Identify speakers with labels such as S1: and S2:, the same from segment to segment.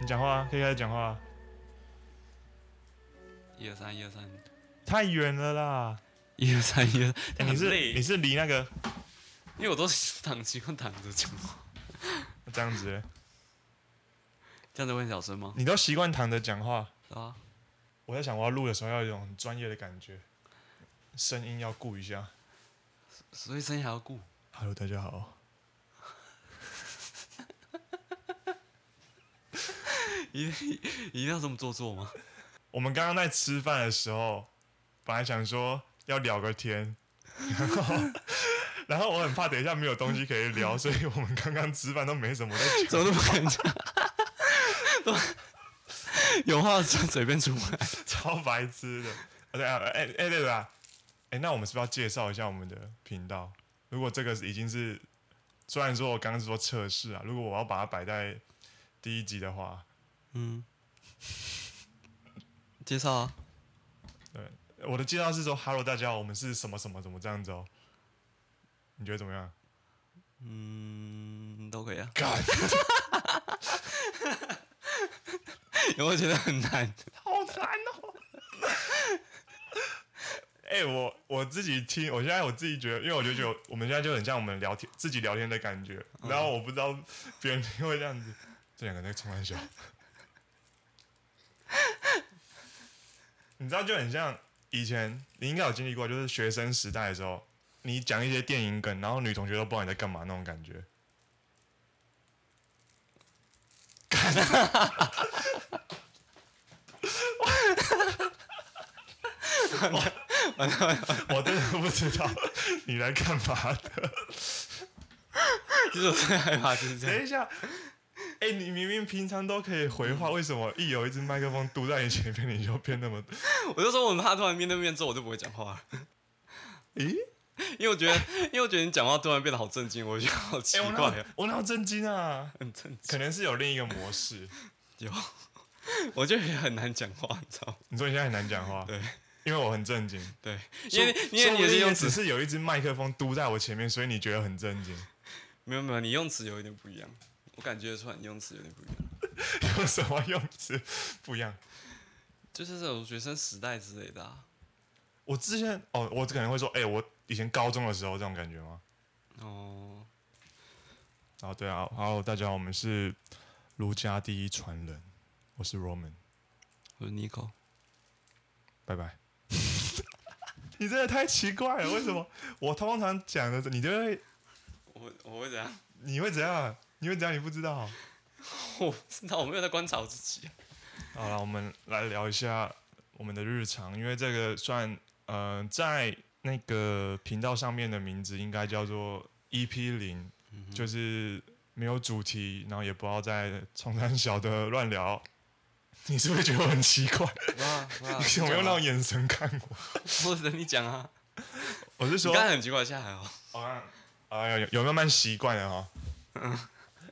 S1: 你讲话啊可以开始讲话，
S2: 一二三，一二三，
S1: 太远了啦！
S2: 一二三，一二。
S1: 哎你
S2: 很
S1: 是
S2: 累
S1: 你是离那个
S2: 因为我都是躺习惯躺着讲话，
S1: 这样子欸，
S2: 这样子会很小声吗？
S1: 你都习惯躺着讲话。
S2: 是啊，
S1: 我在想，我要录的时候要有一种很专业的感觉，声音要顾一下。
S2: 所以声音还要顾。
S1: Hello，大家好，
S2: 一定一定要这么做作吗？
S1: 我们刚刚在吃饭的时候，本来想说要聊个天，然后然后我很怕等一下没有东西可以聊，所以我们刚刚吃饭都没什么在讲。
S2: 怎么都不敢讲？都 有话就随便出来。
S1: 超白痴的。啊对啊，哎哎对了啊，哎，那我们是不是要介绍一下我们的频道？如果这个已经是，虽然说我刚刚是说测试啊，如果我要把它摆在第一集的话，
S2: 嗯，介绍啊，
S1: 我的介绍是说，Hello，大家好，我们是什么什么什么这样子哦。你觉得怎么样？
S2: 嗯，都可以啊。
S1: 干，
S2: 有没有觉得很 难？
S1: 好难哦。 哎、我我自己听，我现在我自己觉得，因为我就觉得我们现在就很像我们聊天自己聊天的感觉，然后我不知道别人听会这样子，这两个在冲玩笑，你知道就很像以前你应该有经历过，就是学生时代的时候，你讲一些电影梗，然后女同学都不知道你在干嘛那种感觉。我真的不知道 你来干嘛的。
S2: 其实我最害怕就是这样。
S1: 等一下，哎、你明明平常都可以回
S2: 嗯
S1: 话，为什么一有一只麦克风堵在你前面，你就变那么……
S2: 我就说我很怕突然面对面之后我就不会讲话 了，
S1: 咦、
S2: 因为我觉得，因为我觉得你讲话突然变得好震惊，我觉得好奇
S1: 哎、我
S2: 怪
S1: 哪
S2: 啊
S1: 有，我哪有震惊啊？
S2: 很震惊。
S1: 可能是有另一个模式。
S2: 有，我就觉得很难讲话，你知道吗？
S1: 你说你现在很难讲话，
S2: 对
S1: 因为我很震惊。
S2: 对，因为因为
S1: 说
S2: 你
S1: 不
S2: 是
S1: 定
S2: 用
S1: 只
S2: 词，
S1: 是有一只麦克风堵在我前面，所以你觉得很震惊，
S2: 没有没有，你用词有一点不一样，我感觉出来你用词有点不一样。
S1: 有什么用词不一样？
S2: 就是这种学生时代之类的、啊。
S1: 我之前哦，我可能会说，哎、我以前高中的时候这种感觉吗？
S2: 哦，
S1: 然后对啊，Hello，大家好，我们是儒家第一传人，我是 Roman，
S2: 我是 Nico，
S1: 拜 拜。你真的太奇怪了，为什么我通常讲的你就会
S2: 我我会怎样？
S1: 你会怎样？你会怎样？你不知道。
S2: 我不知道，我没有在观察我自己、啊。
S1: 好了，我们来聊一下我们的日常，因为这个算呃在那个频道上面的名字应该叫做 EP 零，
S2: 嗯
S1: 就是没有主题，然后也不要再冲山小的乱聊。你是不是觉得我很奇怪？
S2: 哇哇！
S1: 你有没有那种眼神看我？
S2: 我等你讲啊。
S1: 我是
S2: 你
S1: 说
S2: 刚，才很奇怪，现在还好。
S1: 好像啊有有慢慢习惯了 哈。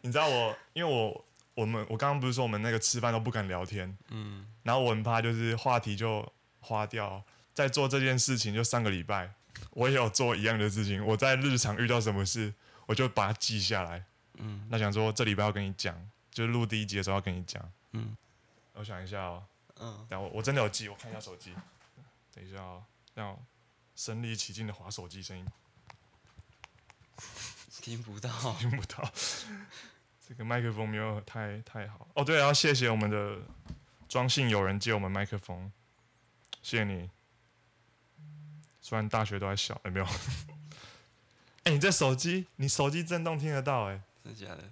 S1: 你知道我，因为我我们我刚刚不是说我们那个吃饭都不敢聊天，
S2: 嗯，
S1: 然后我很怕就是话题就花掉。在做这件事情就上个礼拜，我也有做一样的事情。我在日常遇到什么事，我就把它记下来。
S2: 嗯，
S1: 那想说这礼拜要跟你讲，就是录第一集的时候要跟你讲。
S2: 嗯，
S1: 我想一下哦，
S2: 嗯，
S1: 然后我真的有记，我看一下手机。等一下哦，让我身临其境的划手机声音
S2: 听不到。
S1: 听不到。 这个麦克风没有太太好哦。对，然后谢谢我们的庄信友人借我们麦克风，谢谢你。虽然大学都还小，哎、没有。 哎、你这手机，你手机震动听得到哎、
S2: 真的假的？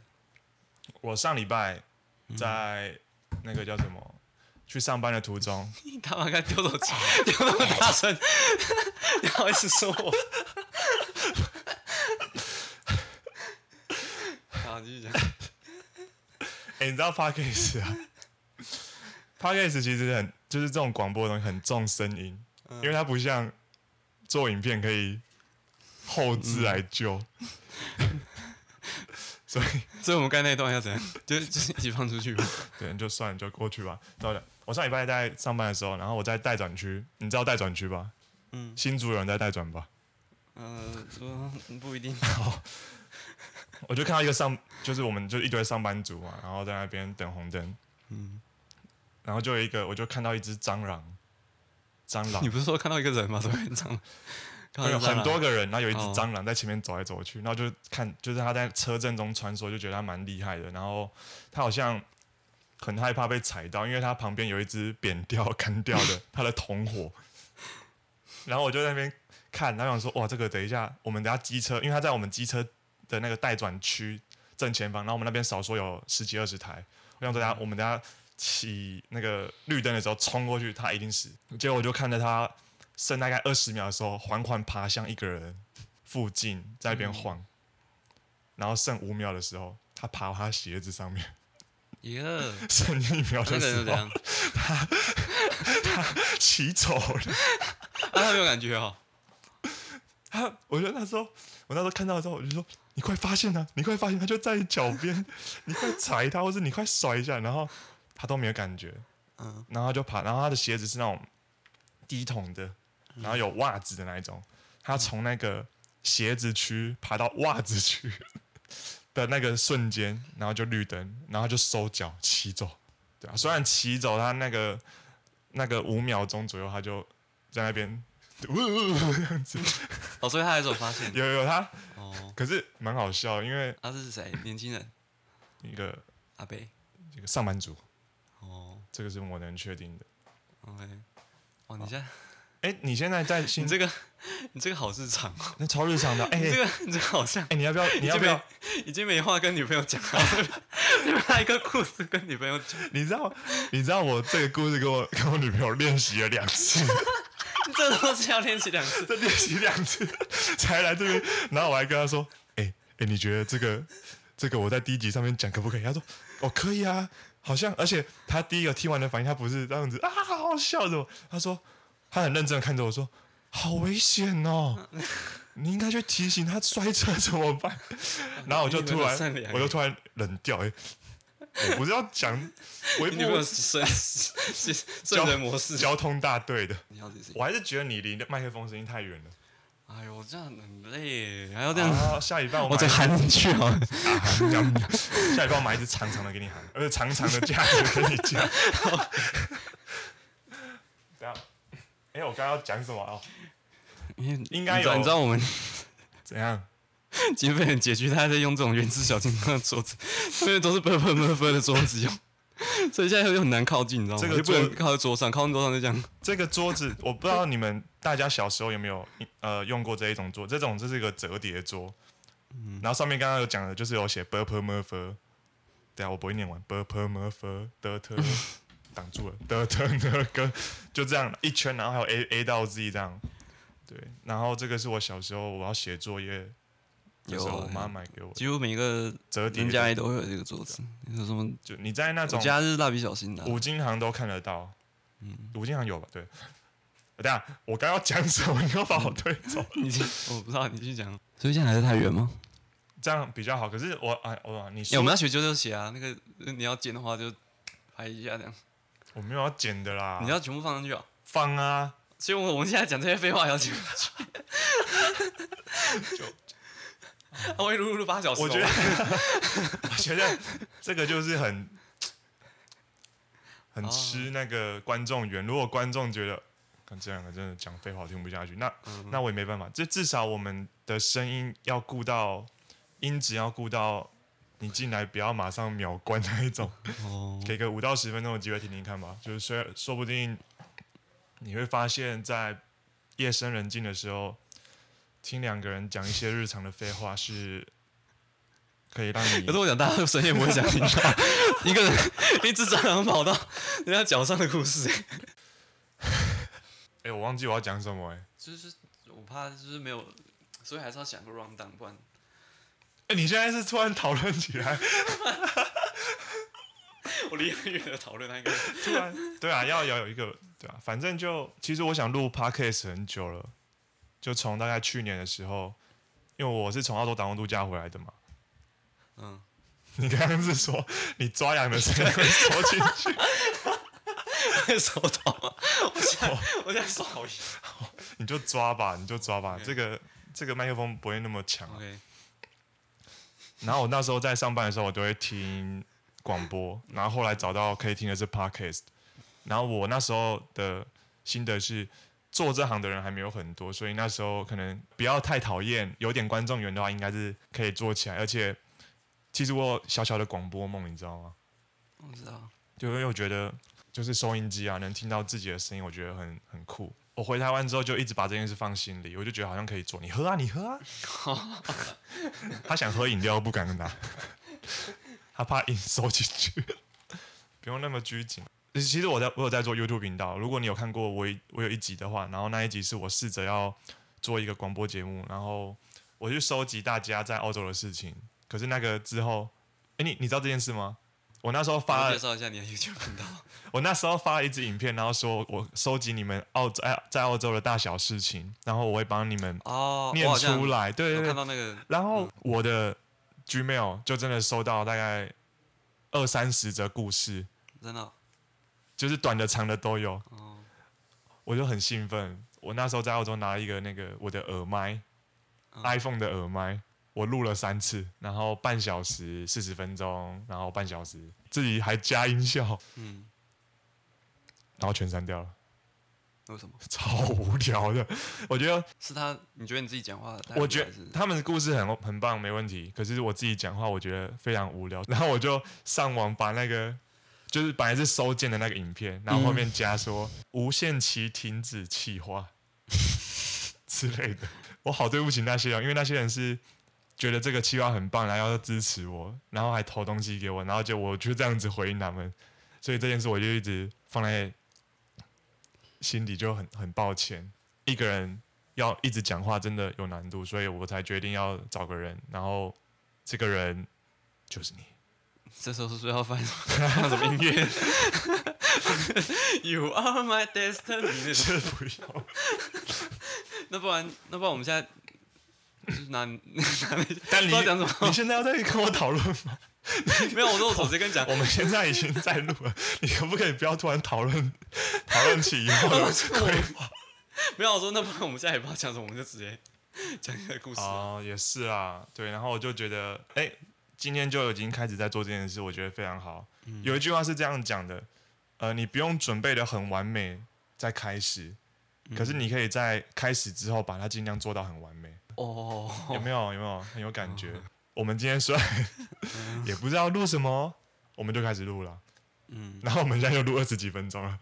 S1: 我上礼拜
S2: 嗯
S1: 在那个叫什么，去上班的途中，
S2: 你他妈该丢手机， 丢那么大声， 你好意思说我？ 好，继续讲。
S1: 哎、你知道 podcast 啊？podcast 其实很就是这种广播的东西很重声音，
S2: 嗯
S1: 因为它不像做影片可以后
S2: 嗯
S1: 置来救， 所以
S2: 所以我们刚才那段要怎样？ 就就是一起放出去吧。
S1: 对就算了就过去吧。到了，我上礼拜在上班的时候，然后我在待转区，你知道待转区吧？
S2: 嗯
S1: 新竹有人在待转吧？
S2: 呃，说不一定。
S1: 我就看到一个上，就是我们就一堆上班族嘛，然后在那边等红灯，
S2: 嗯，
S1: 然后就有一个，我就看到一只蟑螂，蟑螂
S2: 你，不是说看到一个人吗？怎么会这样？看到一
S1: 有
S2: 个啊蟑
S1: 很
S2: 螂
S1: 多个人，然后有一只
S2: 哦
S1: 蟑螂在前面走来走去，然后就看，就是他在车阵中穿梭，就觉得他蛮厉害的。然后他好像很害怕被踩到，因为他旁边有一只扁掉、干掉的他的同伙。 然后我就在那边看，然后想说，哇，这个等一下，我们等一下机车，因为他在我们机车的那个待转区正前方，然后我们那边少说有十几二十台，我想说等一下我们等一下起那个绿灯的时候冲过去，他一定死。结果我就看着他剩大概二十秒的时候，缓缓爬向一个人附近，在那边晃。然后剩五秒的时候，他爬到他鞋子上面，
S2: 耶，
S1: 剩一秒的
S2: 那个啊人
S1: 时
S2: 是
S1: 候
S2: 怎样？
S1: 骑走了。
S2: 啊，他没有感觉哦。
S1: 他，我觉得那时候，我那时候看到的时候，我就说：“你快发现他、你快发现他就在你脚边，你快踩他，或者你快甩一下。”然后他都没有感觉，
S2: 嗯
S1: 然后他就爬，然后他的鞋子是那种低筒的，然后有袜子的那一种。他从那个鞋子区爬到袜子区的那个瞬间，然后就绿灯，然后就收脚骑走。对啊，虽然骑走他那个那个五秒钟左右，他就在那边。呜呜呜这样子，
S2: 哦，所以他还是有发现。
S1: 有有他，
S2: 哦，
S1: 可是蛮好笑的，因为
S2: 他是谁？年轻人，
S1: 一个
S2: 阿贝。
S1: 一个上班族，
S2: 哦
S1: 这个是我能确定的。
S2: ，OK。哦，你现在
S1: 哎，你现在在新
S2: 你这个你这个好日常哦，
S1: 那超日常的，哎
S2: 你这
S1: 哎
S2: 个 你这个好像，
S1: 哎你要不要？你
S2: 已
S1: 要不
S2: 经没
S1: 要？
S2: 已经没话跟女朋友讲了，你们来一个故事跟女朋友讲，
S1: 你知道你知道我这个故事跟我跟我女朋友练习了两次，
S2: 这都是要练习两 次。
S1: 这练习两次 才来这边，然后我还跟她说，哎哎，你觉得这个这个我在第一集上面讲可不可以？她说哦可以啊，好像而且她第一个听完的反应，她不是这样子啊，好好笑的哦，她说她很认真的看着我说，好危险哦。你应该去提醒她摔车怎么办？ 然后我就突然
S2: 你女朋友善，良
S1: 我就突然冷掉、哎，我不是要 讲，我也
S2: 你女朋友
S1: 不
S2: 是是圣人模式，
S1: 交通大队的，
S2: 你要自己。
S1: 我还是觉得你离麦克风声音太远了。
S2: 哎呦，这样很累，还要这样，
S1: 啊，下一半我
S2: 我
S1: 买
S2: 再含进去哦好了。
S1: 啊这样下一半我买一只长长的给你喊，而且长长的架子给你架。这样，哎、我刚刚要讲什么啊、哦？
S2: 因为
S1: 应该
S2: 你知道
S1: 有
S2: 你知道我们
S1: 怎样？
S2: 经费很拮据，他还在用这种原子小金刚的桌子， 因为都是啵啵啵啵的桌子用， 所以现在又很难靠近，你知道吗？
S1: 这个
S2: 就不
S1: 桌
S2: 能靠在桌上，靠在桌上就这样。
S1: 这个桌子， 我不知道你们大家小时候有没有呃用过这一种桌，这种就是一个折叠桌，然后上面刚刚有讲的，就是有写 b u r p e r m u r f e r 对啊，我不会念完 b u r p e r m u r f e r 的特 挡住了的特的跟就这样一圈，然后还有 A A 到 Z 这样，对，然后这个是我小时候我要写作业的时候，
S2: 有啊
S1: 我妈买给我的
S2: 几乎每个
S1: 折叠
S2: 人家
S1: 的，
S2: 里都会有这个桌子，有什么？
S1: 就你在那
S2: 我
S1: 种
S2: 家是蜡笔小新的啊、
S1: 五金行都看得到，
S2: 嗯
S1: 五金行有吧？对，等一下我刚要讲什么，你又把我推 走。
S2: 你这我不知道，你继续讲。所以现在还是太远吗？
S1: 这样比较好。可是我哎，我你
S2: 哎、
S1: 说
S2: 我们要学啾啾鞋啊，那个呃你要剪的话就拍一下这样，
S1: 我没有要剪的啦，
S2: 你要全部放上去啊。
S1: 放啊，
S2: 所以我我们现在讲这些废话也要剪上去。 啊我会录录八小时哦，
S1: 我觉得 我觉得这个就是很
S2: 哦
S1: 很吃那个观众缘。如果观众觉得看这两个真的讲废话听不下去，那、
S2: 嗯
S1: 那我也没办法。这至少我们的声音要顾到音质，要顾到你进来不要马上秒关那一种。
S2: 哦，
S1: 给个五到十分钟的机会听听看吧。就是虽说不定你会发现，在夜深人静的时候，听两个人讲一些日常的废话是可以让你
S2: 可是我想大家谁也不会想 听到一个人一只蟑螂跑到 人家脚上的故事、欸。
S1: 哎、我忘记我要讲什么哎、
S2: 就是我怕就是没有，所以还是要想个 round down，不然
S1: 哎、你现在是突然讨论起来，
S2: 我离很远的讨论那个。
S1: 突然对啊，要要有一个对啊，反正就其实我想录 podcast 很久了，就从大概去年的时候，因为我是从澳洲打工度假回来的嘛。
S2: 嗯，
S1: 你刚刚是说你抓痒的声音会收进去？
S2: 手抖吗？ 我现
S1: 哦
S2: 在我现在手好痒。
S1: 你就抓吧，你就抓吧
S2: OK
S1: 这个这个麦克风不会那么强啊、
S2: OK，
S1: 然后我那时候在上班的时候，我都会听广播，然后后来找到可以听的是 podcast。然后我那时候的心得是，做这行的人还没有很多，所以那时候可能不要太讨厌，有点观众缘的话，应该是可以做起来。而且，其实我有小小的广播梦，你知道吗？
S2: 我知道，
S1: 就因为我觉得就是收音机啊，能听到自己的声音，我觉得很很酷。我回台湾之后就一直把这件事放心里，我就觉得好像可以做。你喝啊，你喝啊。他想喝饮料不敢拿， 他怕硬收进去。不用那么拘谨。其实我在我有在做 YouTube 频道，如果你有看过我一我有一集的话，然后那一集是我试着要做一个广播节目，然后我去收集大家在澳洲的事情。可是那个之后，哎，你你知道这件事吗？我那时候发
S2: 帮我
S1: 了
S2: 介绍一下你的 YouTube 频道。
S1: 我那时候发了一支影片，然后说我收集你们澳在在澳洲的大小事情，然后我会帮你们
S2: 哦，
S1: 念
S2: 我好像
S1: 出来。对
S2: 有
S1: 对对。
S2: 看到那嗯个
S1: 然后我的 Gmail 就真的收到大概二三十则故事，
S2: 真的哦
S1: 就是短的长的都有，
S2: 哦，
S1: 我就很兴奋。我那时候在澳洲拿了一个那个我的耳麦、
S2: 嗯
S1: i p h o n e 的耳麦，我录了三次，然后半小时四十分钟，然后半小时自己还加音效，
S2: 嗯，
S1: 然后全删掉了，
S2: 为什么？
S1: 超无聊的。我觉得
S2: 是他？你觉得你自己讲话太无聊？
S1: 我觉
S2: 还是
S1: 他们的故事很很棒，没问题。可是我自己讲话，我觉得非常无聊。 然后我就上网把那个就是本来是收件的那个影片，然后后面加说、无限期停止企划 之类的。我好对不起那些人，因为那些人是觉得这个企划很棒，然后要支持我，然后还投东西给我，然后就我就这样子回应他们。所以这件事我就一直放在心底，就很很抱歉。一个人要一直讲话真的有难度，所以我才决定要找个人，然后这个人就是 你。
S2: 这时候是不是 要放放什么音 乐？You are my destiny 那种。
S1: 这不要，
S2: 那不然，那不然我们现在就是拿拿那些
S1: 但你
S2: 不知道讲什 么
S1: 你现在要再跟我讨论吗？
S2: 没有，我说我直接跟你讲，
S1: 我们现在已经在录了，你可不可以不要突然讨论讨论起以后的规划？
S2: 没有，我说那不然我们现在也不知道讲什么，我们就直接讲一个故事。
S1: 哦，也是啊，对。然后我就觉得，哎，今天就已经开始在做这件事，我觉得非常好。有一句话是这样讲的，呃，你不用准备的很完美再开始，可是你可以在开始之后把它尽量做到很完美。有
S2: 哦，
S1: 没有？有没有很有感觉？我们今天虽然 也不知道录什么，我们就开始录了，
S2: 嗯，
S1: 然后我们现在又录二十几分钟了，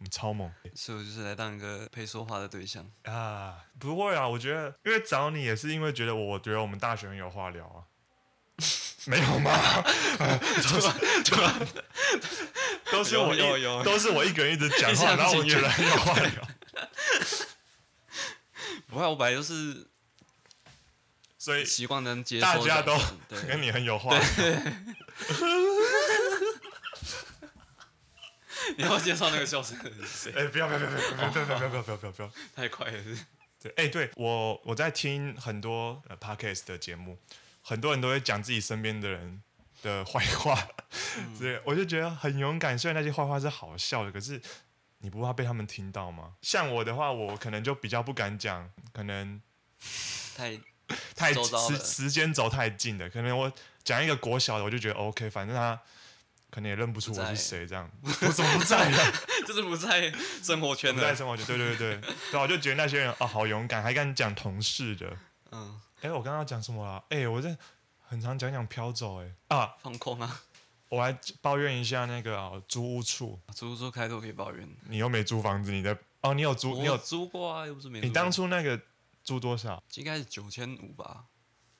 S1: 嗯，超猛
S2: 所以我就是来当一个配说话的对象。
S1: 啊！不会啊，我觉得因为找你也是因为觉得我，我觉得我们大学很有话聊 啊，没有吗？啊
S2: 对吧？对 吧？
S1: 都是我一
S2: 有有有
S1: 都是我一个人一直讲
S2: 一
S1: 话，
S2: 厢
S1: 然后我
S2: 情愿
S1: 觉得很有话 聊，
S2: 不会，啊我本来就是
S1: 所以
S2: 习惯能接受
S1: 大
S2: 这
S1: 家
S2: 样子。
S1: 都
S2: 对
S1: 跟你很有话聊。
S2: 你要不要介绍那个笑声的人是 谁？
S1: 哎，不要不要不要不要不要不要不要不要不要不要！
S2: 太快了，是
S1: 对，哎、对我我在听很多呃 podcast 的节目，很多人都会讲自己身边的人的坏话，所以、我就觉得很勇敢。虽然那些坏话是好笑的，可是你不怕被他们听到吗？像我的话，我可能就比较不敢讲，可能
S2: 太
S1: 太
S2: 周遭
S1: 时
S2: 的
S1: 时间走太近了，可能我讲一个国小的，我就觉得 OK，反正他可能也认不出
S2: 不
S1: 我
S2: 在
S1: 是谁，这样我怎么不在了？
S2: 就是不在生活圈
S1: 不在
S2: 的。
S1: 生活圈，对对对对，对，我就觉得那些人啊、好勇敢，还敢讲同事的。
S2: 嗯，
S1: 哎，我刚刚讲什么了？哎，我在很常讲讲飘走、哎啊，
S2: 放空啊，
S1: 我来抱怨一下那个、啊、租屋处，
S2: 租租开头可以抱怨。
S1: 你又没租房子，你在哦，你有租，你
S2: 我
S1: 有，
S2: 租过啊，又不是没租过。
S1: 你当初那个租多少？
S2: 应该是九千五吧？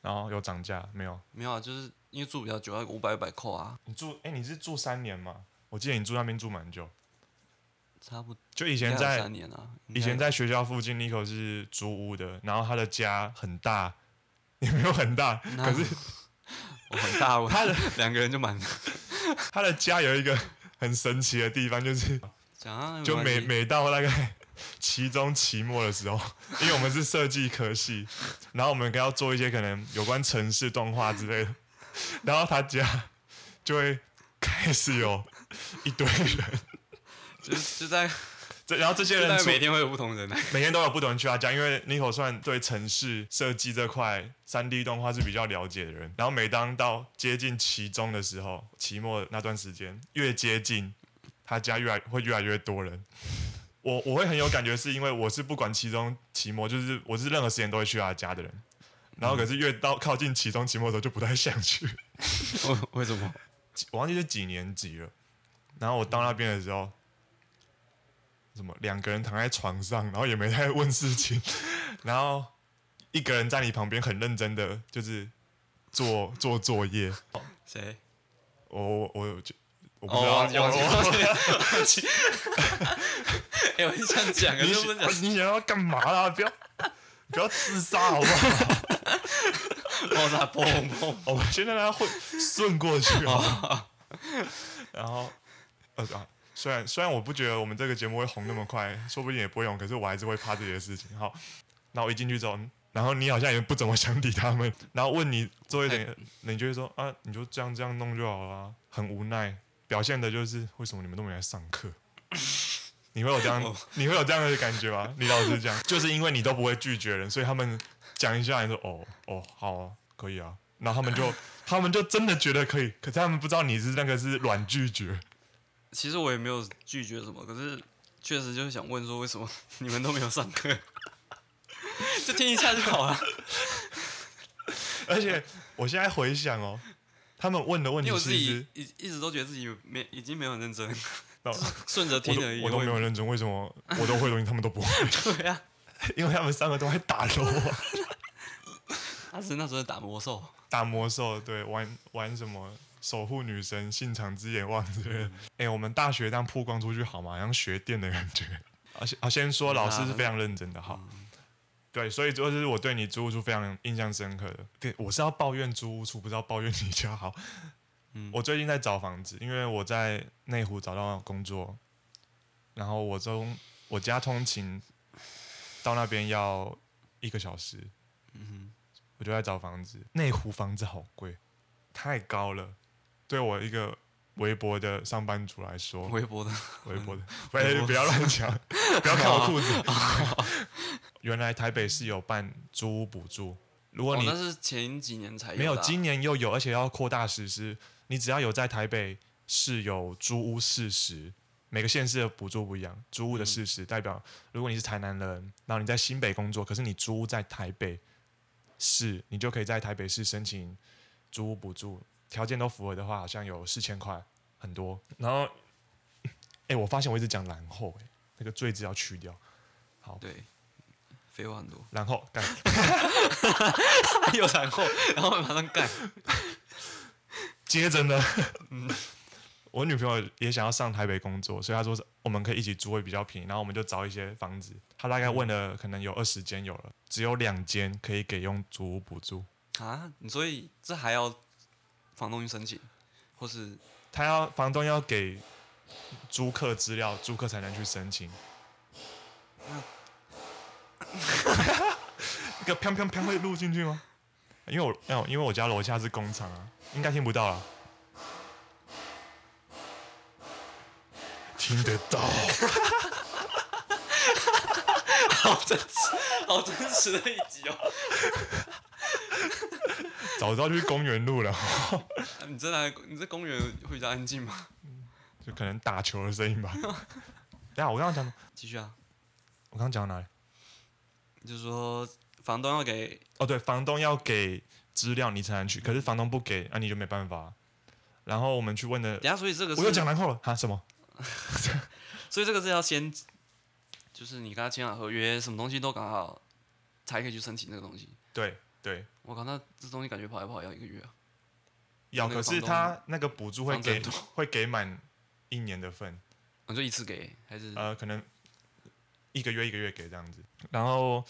S1: 然后有涨价没有？
S2: 没有啊，就是因为住比较久，要五百五百扣啊，
S1: 你住，哎，你是住三年吗？我记得你住那边住蛮久，
S2: 差不多。
S1: 就以
S2: 应
S1: 前
S2: 该有
S1: 在
S2: 三年啊，应该
S1: 以前在学校附近，Nico 是租屋的，然后他的家很大， 也没有很大，
S2: 那
S1: 可是
S2: 我很大，我
S1: 他的
S2: 两个人就满了。
S1: 他的家有一个很神奇的地方，就是
S2: 讲啊，
S1: 就每
S2: 没关系
S1: 每到大概期中、期末的时候， 因为我们是设计科系，然后我们要做一些可能有关城市动画之类的，然后他家就会开始有一堆人
S2: 就就在
S1: 这然后这些人
S2: 但
S1: 出
S2: 每天会有不同 人来。
S1: 每天都有不同人去他家，因为 Nico 算对城市设计这块三 D 动画是比较了解的人。然后每当到接近期中的时候，期末那段时间越接近，他家越来会越来越多人。我我会很有感觉，是因为我是不管期中、期末，就是我是任何时间都会去他家的人。然后可是越到靠近期中、期末的时候，就不太想去。
S2: 为为什么？
S1: 我忘记是几年级了。然后我到那边的时候，什么两个人躺在床上，然后也没在问事情，然后一个人在你旁边很认真的就是做做作业。
S2: 谁？
S1: 我我我有我不知道，
S2: 哦，
S1: 我
S2: 有
S1: 我
S2: 有。哎， 我很想讲，可
S1: 你
S2: 是不
S1: 想
S2: 能讲。
S1: 你想要干嘛啦？不要不要自杀好不好？
S2: 爆炸哦砰砰
S1: 哦我们先让他混顺过去好了然后，呃啊，虽然虽然我不觉得我们这个节目会红那么快，说不定也不会红，可是我还是会怕这些事情。好，那我一进去之后，嗯然后你好像也不怎么想理他们，然后问你做一点，你就会说啊，你就这样这样弄就好了啊、很无奈，表现的就是为什么你们都没来上课。你会有这样，
S2: 哦
S1: 你会有这样的感觉吗？李老师讲，就是因为你都不会拒绝人，所以他们讲一下，你说哦哦好啊、可以啊，然后他们就他们就真的觉得可以，可是他们不知道你是那个是软拒绝，
S2: 其实我也没有拒绝什么，可是确实就是想问说，为什么你们都没有上课？ 就听一下就好了，
S1: 而且我现在回想哦，他们问的问
S2: 因为
S1: 题
S2: 我自
S1: 其实
S2: 己一一直都觉得自己没已经没有很认真，
S1: 那
S2: 顺着
S1: 我
S2: 听而已。
S1: 都我都没有认真，为什么我都会的东西他们都不会？
S2: 我也对啊，
S1: 因为他们三个都在打 楼啊。
S2: 他是那时候在打魔兽，
S1: 打魔兽，对，玩玩什么守护女神、信长之眼望之类的。哎、我们大学这样曝光出去好吗？好像学电的感觉。而且，啊，先说老师是非常认真的，哈。对，所以这就是我对你租屋处非常印象深刻的。对，我是要抱怨租屋处，不知道抱怨你家好。
S2: 嗯
S1: 我最近在找房子，因为我在内湖找到工作，然后我从我家通勤到那边要一个小时，
S2: 嗯
S1: 我就在找房子。内湖房子好贵，太高了。对我一个微博的上班族来
S2: 哼，
S1: 说，
S2: 微博的，
S1: 微博的，哎
S2: 微博
S1: 不要乱讲，不要看我裤子。原来台北市有办租屋补助，如果
S2: 哦，
S1: 你
S2: 那是前几年才
S1: 没有，
S2: 的啊
S1: 今年又有，而且要扩大实施。你只要有在台北市有租屋事实，每个县市的补助不一样，租屋的事实代表，如果你是台南人，然后你在新北工作，可是你租屋在台北市，你就可以在台北市申请租屋补助，条件都符合的话，好像有四千块，很多。然后，哎、我发现我一直讲然后、哎，那个最字要去掉，
S2: 对，废话 很多，
S1: 然后干。
S2: 有然后，然后马上干，
S1: 接着呢， 嗯我女朋友也想要上台北工作，所以她说是我们可以一起租会比较便宜，然后我们就找一些房子。她大概问了可能有二十间有了，只有两间可以给用租屋补助。
S2: 啊，你所以这还要房东去申请，或是
S1: 她要房东要给租客资料，租客才能去申请。 那个砰砰砰会录进去吗？因为我没有因为我家楼下是工厂啊，应该听不到了。听得到。
S2: 好真实，好真实的一集哦。
S1: 早知道就去公园路了，
S2: 啊 你真的还你在公园会比较安静吗？
S1: 就可能打球的声音吧。等一下，我刚刚讲，
S2: 继续啊，
S1: 我刚刚讲到哪里？
S2: 就是说房东要给
S1: 哦，对，房东要给资料你才能去，可是房东不给，那、你就没办法。然后我们去问的，
S2: 等一下，所以这个是
S1: 我又讲然后了哈什么？
S2: 所以这个是要先，就是你跟他签好合约，什么东西都搞好，才可以去申请这个东西。
S1: 对对，
S2: 我靠，那这东西感觉跑来跑去要一个月啊！
S1: 要
S2: 那个
S1: 可是
S2: 房东
S1: 他那个补助会
S2: 房
S1: 给
S2: 间
S1: 会给满一年的份，
S2: 你就一次给还是？
S1: 呃，可能一个月一个月给这样子。然后，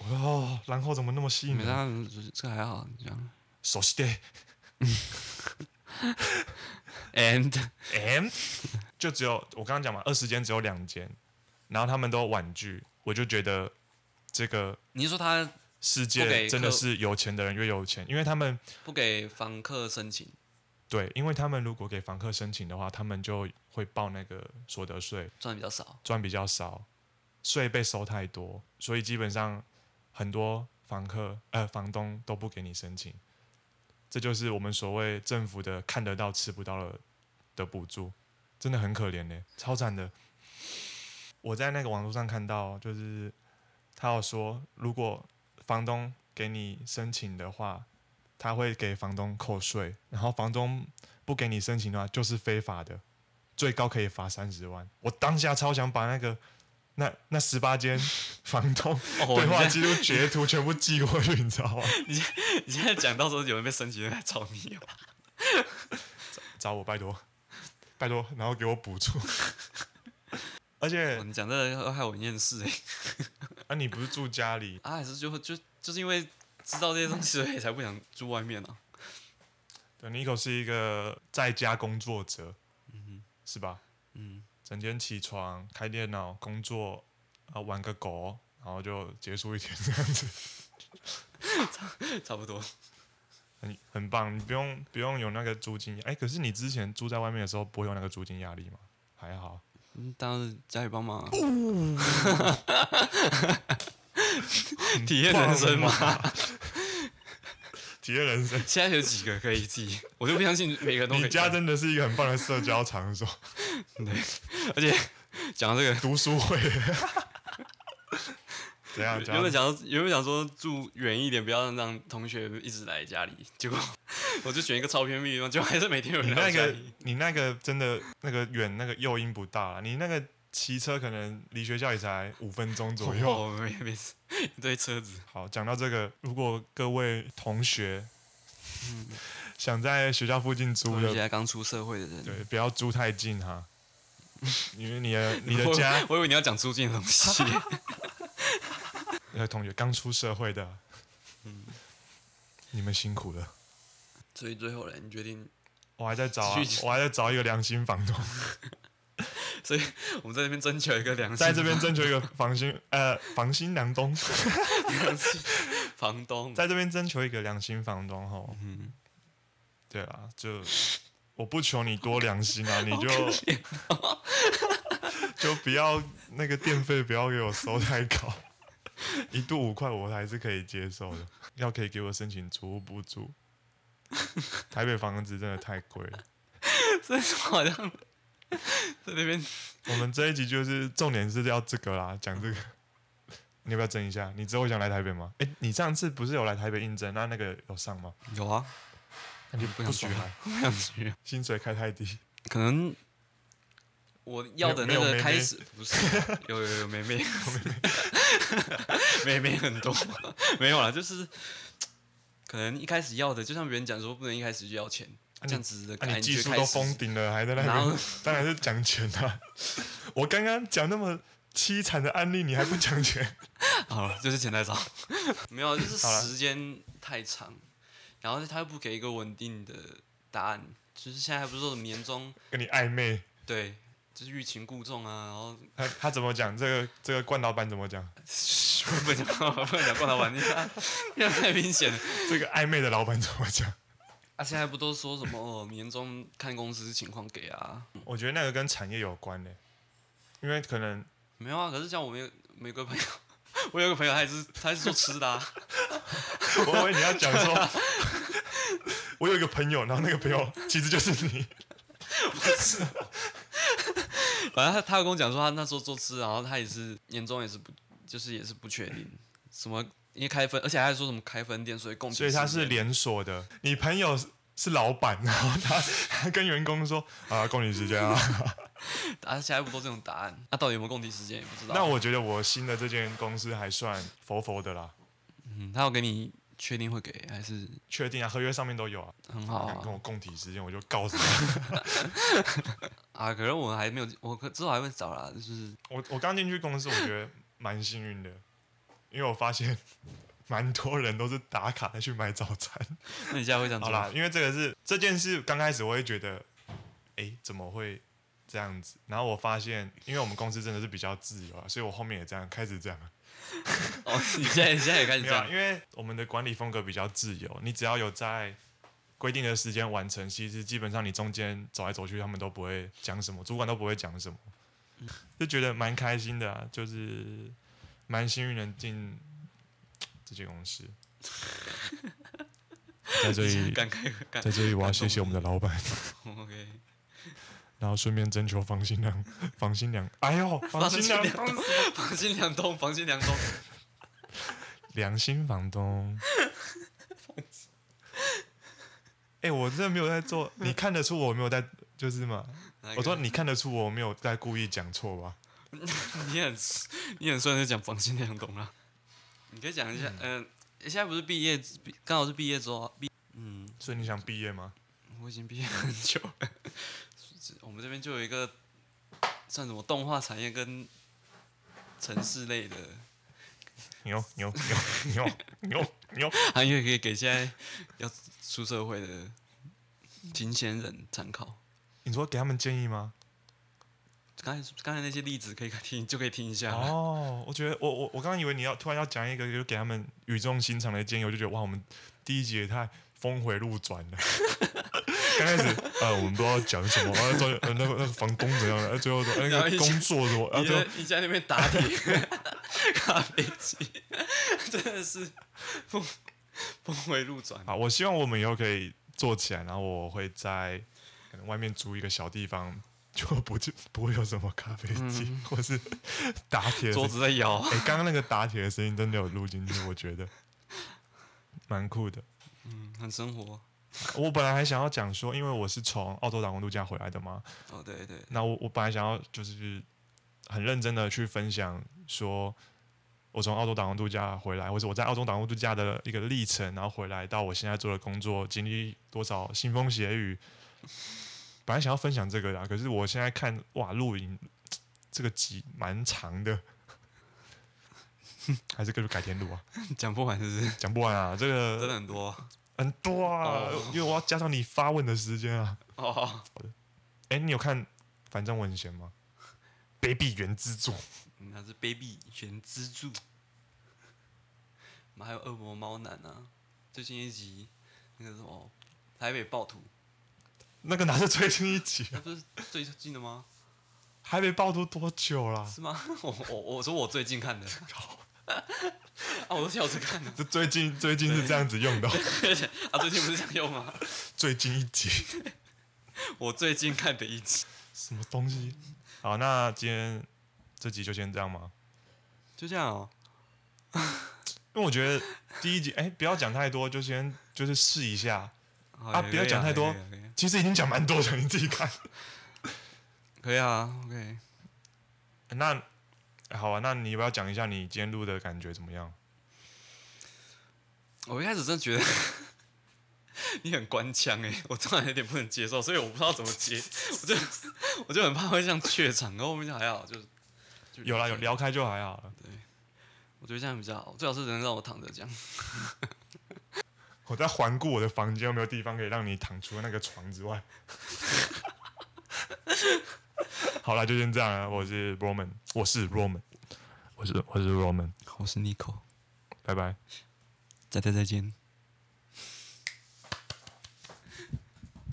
S1: 哦，然后怎么那么吸
S2: 你
S1: 引
S2: 们
S1: 人？
S2: 这这还好，你讲。
S1: 首先
S2: And
S1: M 就只有我刚刚讲嘛，二十间只有两间，然后他们都婉拒，我就觉得这个
S2: 你是说他
S1: 世
S2: 不
S1: 界
S2: 给
S1: 真的
S2: 客
S1: 是有钱的人越有钱，因为他们
S2: 不给房客申请，
S1: 对，因为他们如果给房客申请的话，他们就会报那个所得税，
S2: 赚比较少，
S1: 赚比较少，税被收太多，所以基本上很多房客呃房东都不给你申请，这就是我们所谓政府的看得到吃不到的的补助，真的很可怜呢、超惨的。我在那个网络上看到，就是他有说，如果房东给你申请的话，他会给房东扣税，然后房东不给你申请的话，就是非法的，最高可以罚三十万。我当下超想把那个那那十八间 房东
S2: 哦
S1: 对
S2: 你
S1: 话
S2: 在
S1: 记录截图全部寄过去，你知道吗？
S2: 你现在讲到时候有人被升级来找你 哦。
S1: 找我拜托， 拜托，然后给我补 助。而且
S2: 哦你讲这个要害我很厌世哎、
S1: 啊，你不是住家里，
S2: 啊，还是就就就是因为知道这些东西，所以才不想住外面啊。
S1: 对，Nico 是一个在家工作者，
S2: 嗯
S1: 是吧？
S2: 哼嗯，
S1: 整天起床、开电脑、工作，啊，玩个狗，然后就结束一天这样子，
S2: 差不多。
S1: 很很棒。你不用不用有那个租金，哎，可是你之前住在外面的时候，不会有那个租金压力吗？还好，
S2: 嗯，当然是家里帮忙、啊，哦 体验人生嘛。
S1: 体验人生。
S2: 现在有几个可以自己，我就不相信每个人都可以。
S1: 你家真的是一个很棒的社交场所，
S2: 而且讲到这个，
S1: 读书会。 怎样？怎
S2: 原本
S1: 样？
S2: 啊想到原本想说住远一点，不要让同学一直来家里，结果 我就选一个超偏僻的地方，结果还是每天有
S1: 你
S2: 人来
S1: 那
S2: 我家
S1: 个
S2: 里。，
S1: 你那个真的那个远那个诱因不大了。你那个骑车可能离学校也才五分钟左右。
S2: 哦，没没事，一堆车子，
S1: 好，讲到这个，如果各位同学、
S2: 嗯
S1: 想在学校附近租
S2: 我现
S1: 的，
S2: 在刚出社会的人。
S1: 对，不要租太近 哈，因为你的你的
S2: 我
S1: 家
S2: 我以为你要讲租金的东 西。
S1: 呃同学刚出社会的，
S2: 嗯
S1: 你们辛苦了。
S2: 所以最后嘞，你决定，
S1: 我还在找、啊
S2: 继续，
S1: 我还在找一个良心房东，
S2: 所以我们在这边征求一个良心，
S1: 在这边征求一个房心呃房心良东，
S2: 良心房东。
S1: 在这边征求一个良心房东吼。
S2: 嗯，
S1: 对啊，就我不求你多良心啊，你就
S2: 哦
S1: 就不要那个电费不要给我收太高， 一度五块我还是可以接受的，要可以给我申请租屋补助。 台北房子真的太贵了。
S2: 这是好像在那边
S1: 我们这一集就是重点是要这个啦，讲这个。 你要不要争一下？你之后想来台北吗？哎、你上次不是有来台北应征？那那个有上吗？
S2: 有啊，
S1: 那你
S2: 不
S1: 不
S2: 想
S1: 许
S2: 爽
S1: 来，
S2: 不想去。
S1: 薪水开太 低。
S2: 可能我要的
S1: 没
S2: 那
S1: 有没有妹妹
S2: 个开始不是有有有妹妹，妹妹很多，没有啦，就是可能一开始要的，就像别人讲说不能一开始就要钱，
S1: 你
S2: 这样子的
S1: 那、
S2: 感
S1: 啊你
S2: 觉
S1: 技术
S2: 开
S1: 都
S2: 始
S1: 封顶了，还在那
S2: 啊然后
S1: 边， 当然是讲钱啊！ 我刚刚讲那么凄惨的案例，你还不讲钱？
S2: 好了，就是钱太少，没有，就是
S1: 好了
S2: 时间太长，然后他又不给一个稳定的答案，就是现在还不是说什么年终
S1: 跟你暧昧，
S2: 对，就是欲擒故纵啊，然后
S1: 他他怎么讲？这个这个冠老板怎么讲？
S2: 不能讲，不能讲冠老板，你看，这样太明显了。
S1: 这个暧昧的老板怎么讲？
S2: 啊，现在不都说什么哦，年终看公司情况给啊？
S1: 我觉得那个跟产业有关嘞、因为可能
S2: 没有啊，可是像我们有美国朋友，我有个朋友，他也是他也是做吃的啊，
S1: 我以为你要讲说， 我有一个朋友，然后那个朋友其实就是 你，
S2: 反正他他有跟我讲说，他那时候做吃的，然后他也是年终也是不就是也是不确定什么。因为开分，而且他还说什么开分店，所以共
S1: 所以他
S2: 情
S1: 是
S2: 十年
S1: 连锁的。你朋友是是老板，然后他他跟员工说啊，供你时间啊。
S2: 啊，现在不都这种答案？那、到底有没有共体时间也不知道。
S1: 那我觉得我新的这间公司还算佛佛的啦，
S2: 嗯，他要给你确定会给，还是
S1: 确定啊，合约上面都有啊。
S2: 很好
S1: 敢跟
S2: 啊
S1: 我共体时间，我就告诉你。
S2: 啊？可是我还没有，我可之后还会找啦，就是
S1: 我我刚进去公司，我觉得蛮幸运的，因为我发现蛮多人都是打卡再去买早餐。
S2: 那你现在会这样
S1: 好
S2: 做
S1: 啦
S2: 吗？，
S1: 因为这个是这件事刚开始我会觉得，诶，怎么会这样子？然后我发现，因为我们公司真的是比较自由啊，所以我后面也这样开始这样了。
S2: 哦，你现在你现在也开始
S1: 没
S2: 这
S1: 有啊，
S2: 样
S1: 因为我们的管理风格比较自由，你只要有在规定的时间完成，其实基本上你中间走来走去，他们都不会讲什么，主管都不会讲什么，
S2: 嗯
S1: 就觉得蛮开心的、啊，就是蛮幸运能进这间公 司。在这里，
S2: 感慨感
S1: 在这里我要谢谢我们的老板，
S2: ，OK，
S1: 然后顺便征求房新娘，房新娘，哎呦，房新娘，
S2: 房新房心两栋，房心两栋，
S1: 良心房 东。哎、我真的没有在 做，你看得出我没有在，就是嘛。
S2: 哪
S1: 我
S2: 一个
S1: 说你看得出我没有在故意讲错吧？
S2: 你很你很算是讲房心两栋啦，你可以讲一下，嗯、现在不是毕业，刚好是毕业周啊，毕，嗯，
S1: 所以你想毕业吗？
S2: 我已经毕业很久 了，我们这边就有一个算什么动画产业跟城市类的
S1: 牛牛 牛牛牛牛！
S2: 行业，可以给现在要出社会的新鲜人参考。
S1: 你说给他们建议吗？
S2: 刚才刚才那些例子可以听，就可以听一下。
S1: 哦，我觉得我我我刚刚以为你要突然要讲一个，就给他们语重心长的建议，我就觉得哇，我们第一集也太峰回路转了。 刚开始啊，我们不知道讲什么，然后最后呃那个那个房东怎样了，呃最后说呃
S2: 然后
S1: 那个
S2: 一讲
S1: 工作怎么，然后
S2: 你
S1: 最后
S2: 在你在那边打 铁咖啡机，真的是峰峰回路转。
S1: 啊，我希望我们以后可以做起来，然后我会在可能外面租一个小地方，就不就不会有什么咖啡机、或是打铁的声
S2: 嗯桌
S1: 音
S2: 子在摇，
S1: 哎、刚刚那个打铁的声音真的有录进去，我觉得蛮酷的。
S2: 嗯，很生活。
S1: 我本来还想要讲说，因为我是从澳洲打工度假回来的嘛，
S2: 哦，对对，
S1: 那我我本来想要就是很认真的去分享说。我从澳洲打工度假回来，或者我在澳洲打工度假的一个历程，然后回来到我现在做的工作，经历多少腥风血雨。本来想要分享这个的啊，可是我现在看哇，录影这个集蛮长的， 还是跟改天录啊。
S2: 讲不完是不是？
S1: 讲不完啊，这
S2: 真的
S1: 个
S2: 很多。
S1: 很多啊，
S2: 哦
S1: 因为我要加上你发问的时间啊。
S2: 哦，
S1: 哎，你有看《反正我很闲》吗？卑鄙原之作，
S2: 嗯那是卑鄙原之助。我们还有恶魔猫男啊，最新一集那个什么台北暴徒，
S1: 那个哪是最新一集啊？
S2: 那不是最近的吗？
S1: 还没爆出多久啦？
S2: 是吗？ 我我我说我最近 看的。啊，我都跳着看 的。
S1: 这最近最近是这样子用的哦，
S2: 啊，最近不是这样用吗？
S1: 最近一集
S2: 我最近看的一集，
S1: 什么东西？好，那今天这集就先这样吗？
S2: 就这样哦。
S1: 因为我觉得第一集，哎，不要讲太多，就先就是试一下。
S2: 好
S1: 啊
S2: 也
S1: 不要
S2: 可以
S1: 讲太多
S2: 可以啊可以啊
S1: 其实已经讲蛮多的，你自己看。
S2: 可以啊，OK。
S1: 那好啊，那你要不要讲一下你今天录的感觉怎么样？
S2: 我一开始真的觉得 你很官腔哎、我突然有点不能接受，所以我不知道怎么 接，我就我就很怕会像怯场，然后后面就还好，就是就
S1: 有啦，有，聊开就还好了。
S2: 我觉得这样比较好，最好是能让我躺着讲。
S1: 我在环顾我的房间，有没有地方可以让你躺除了那个床之外。 好啦，就先这样啊。我是 Roman，我是 Roman，我是我是 Roman，
S2: 我是 Nico，
S1: 拜拜。
S2: 再再再见。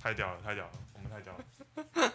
S1: 太屌了，太屌了，我们太屌了。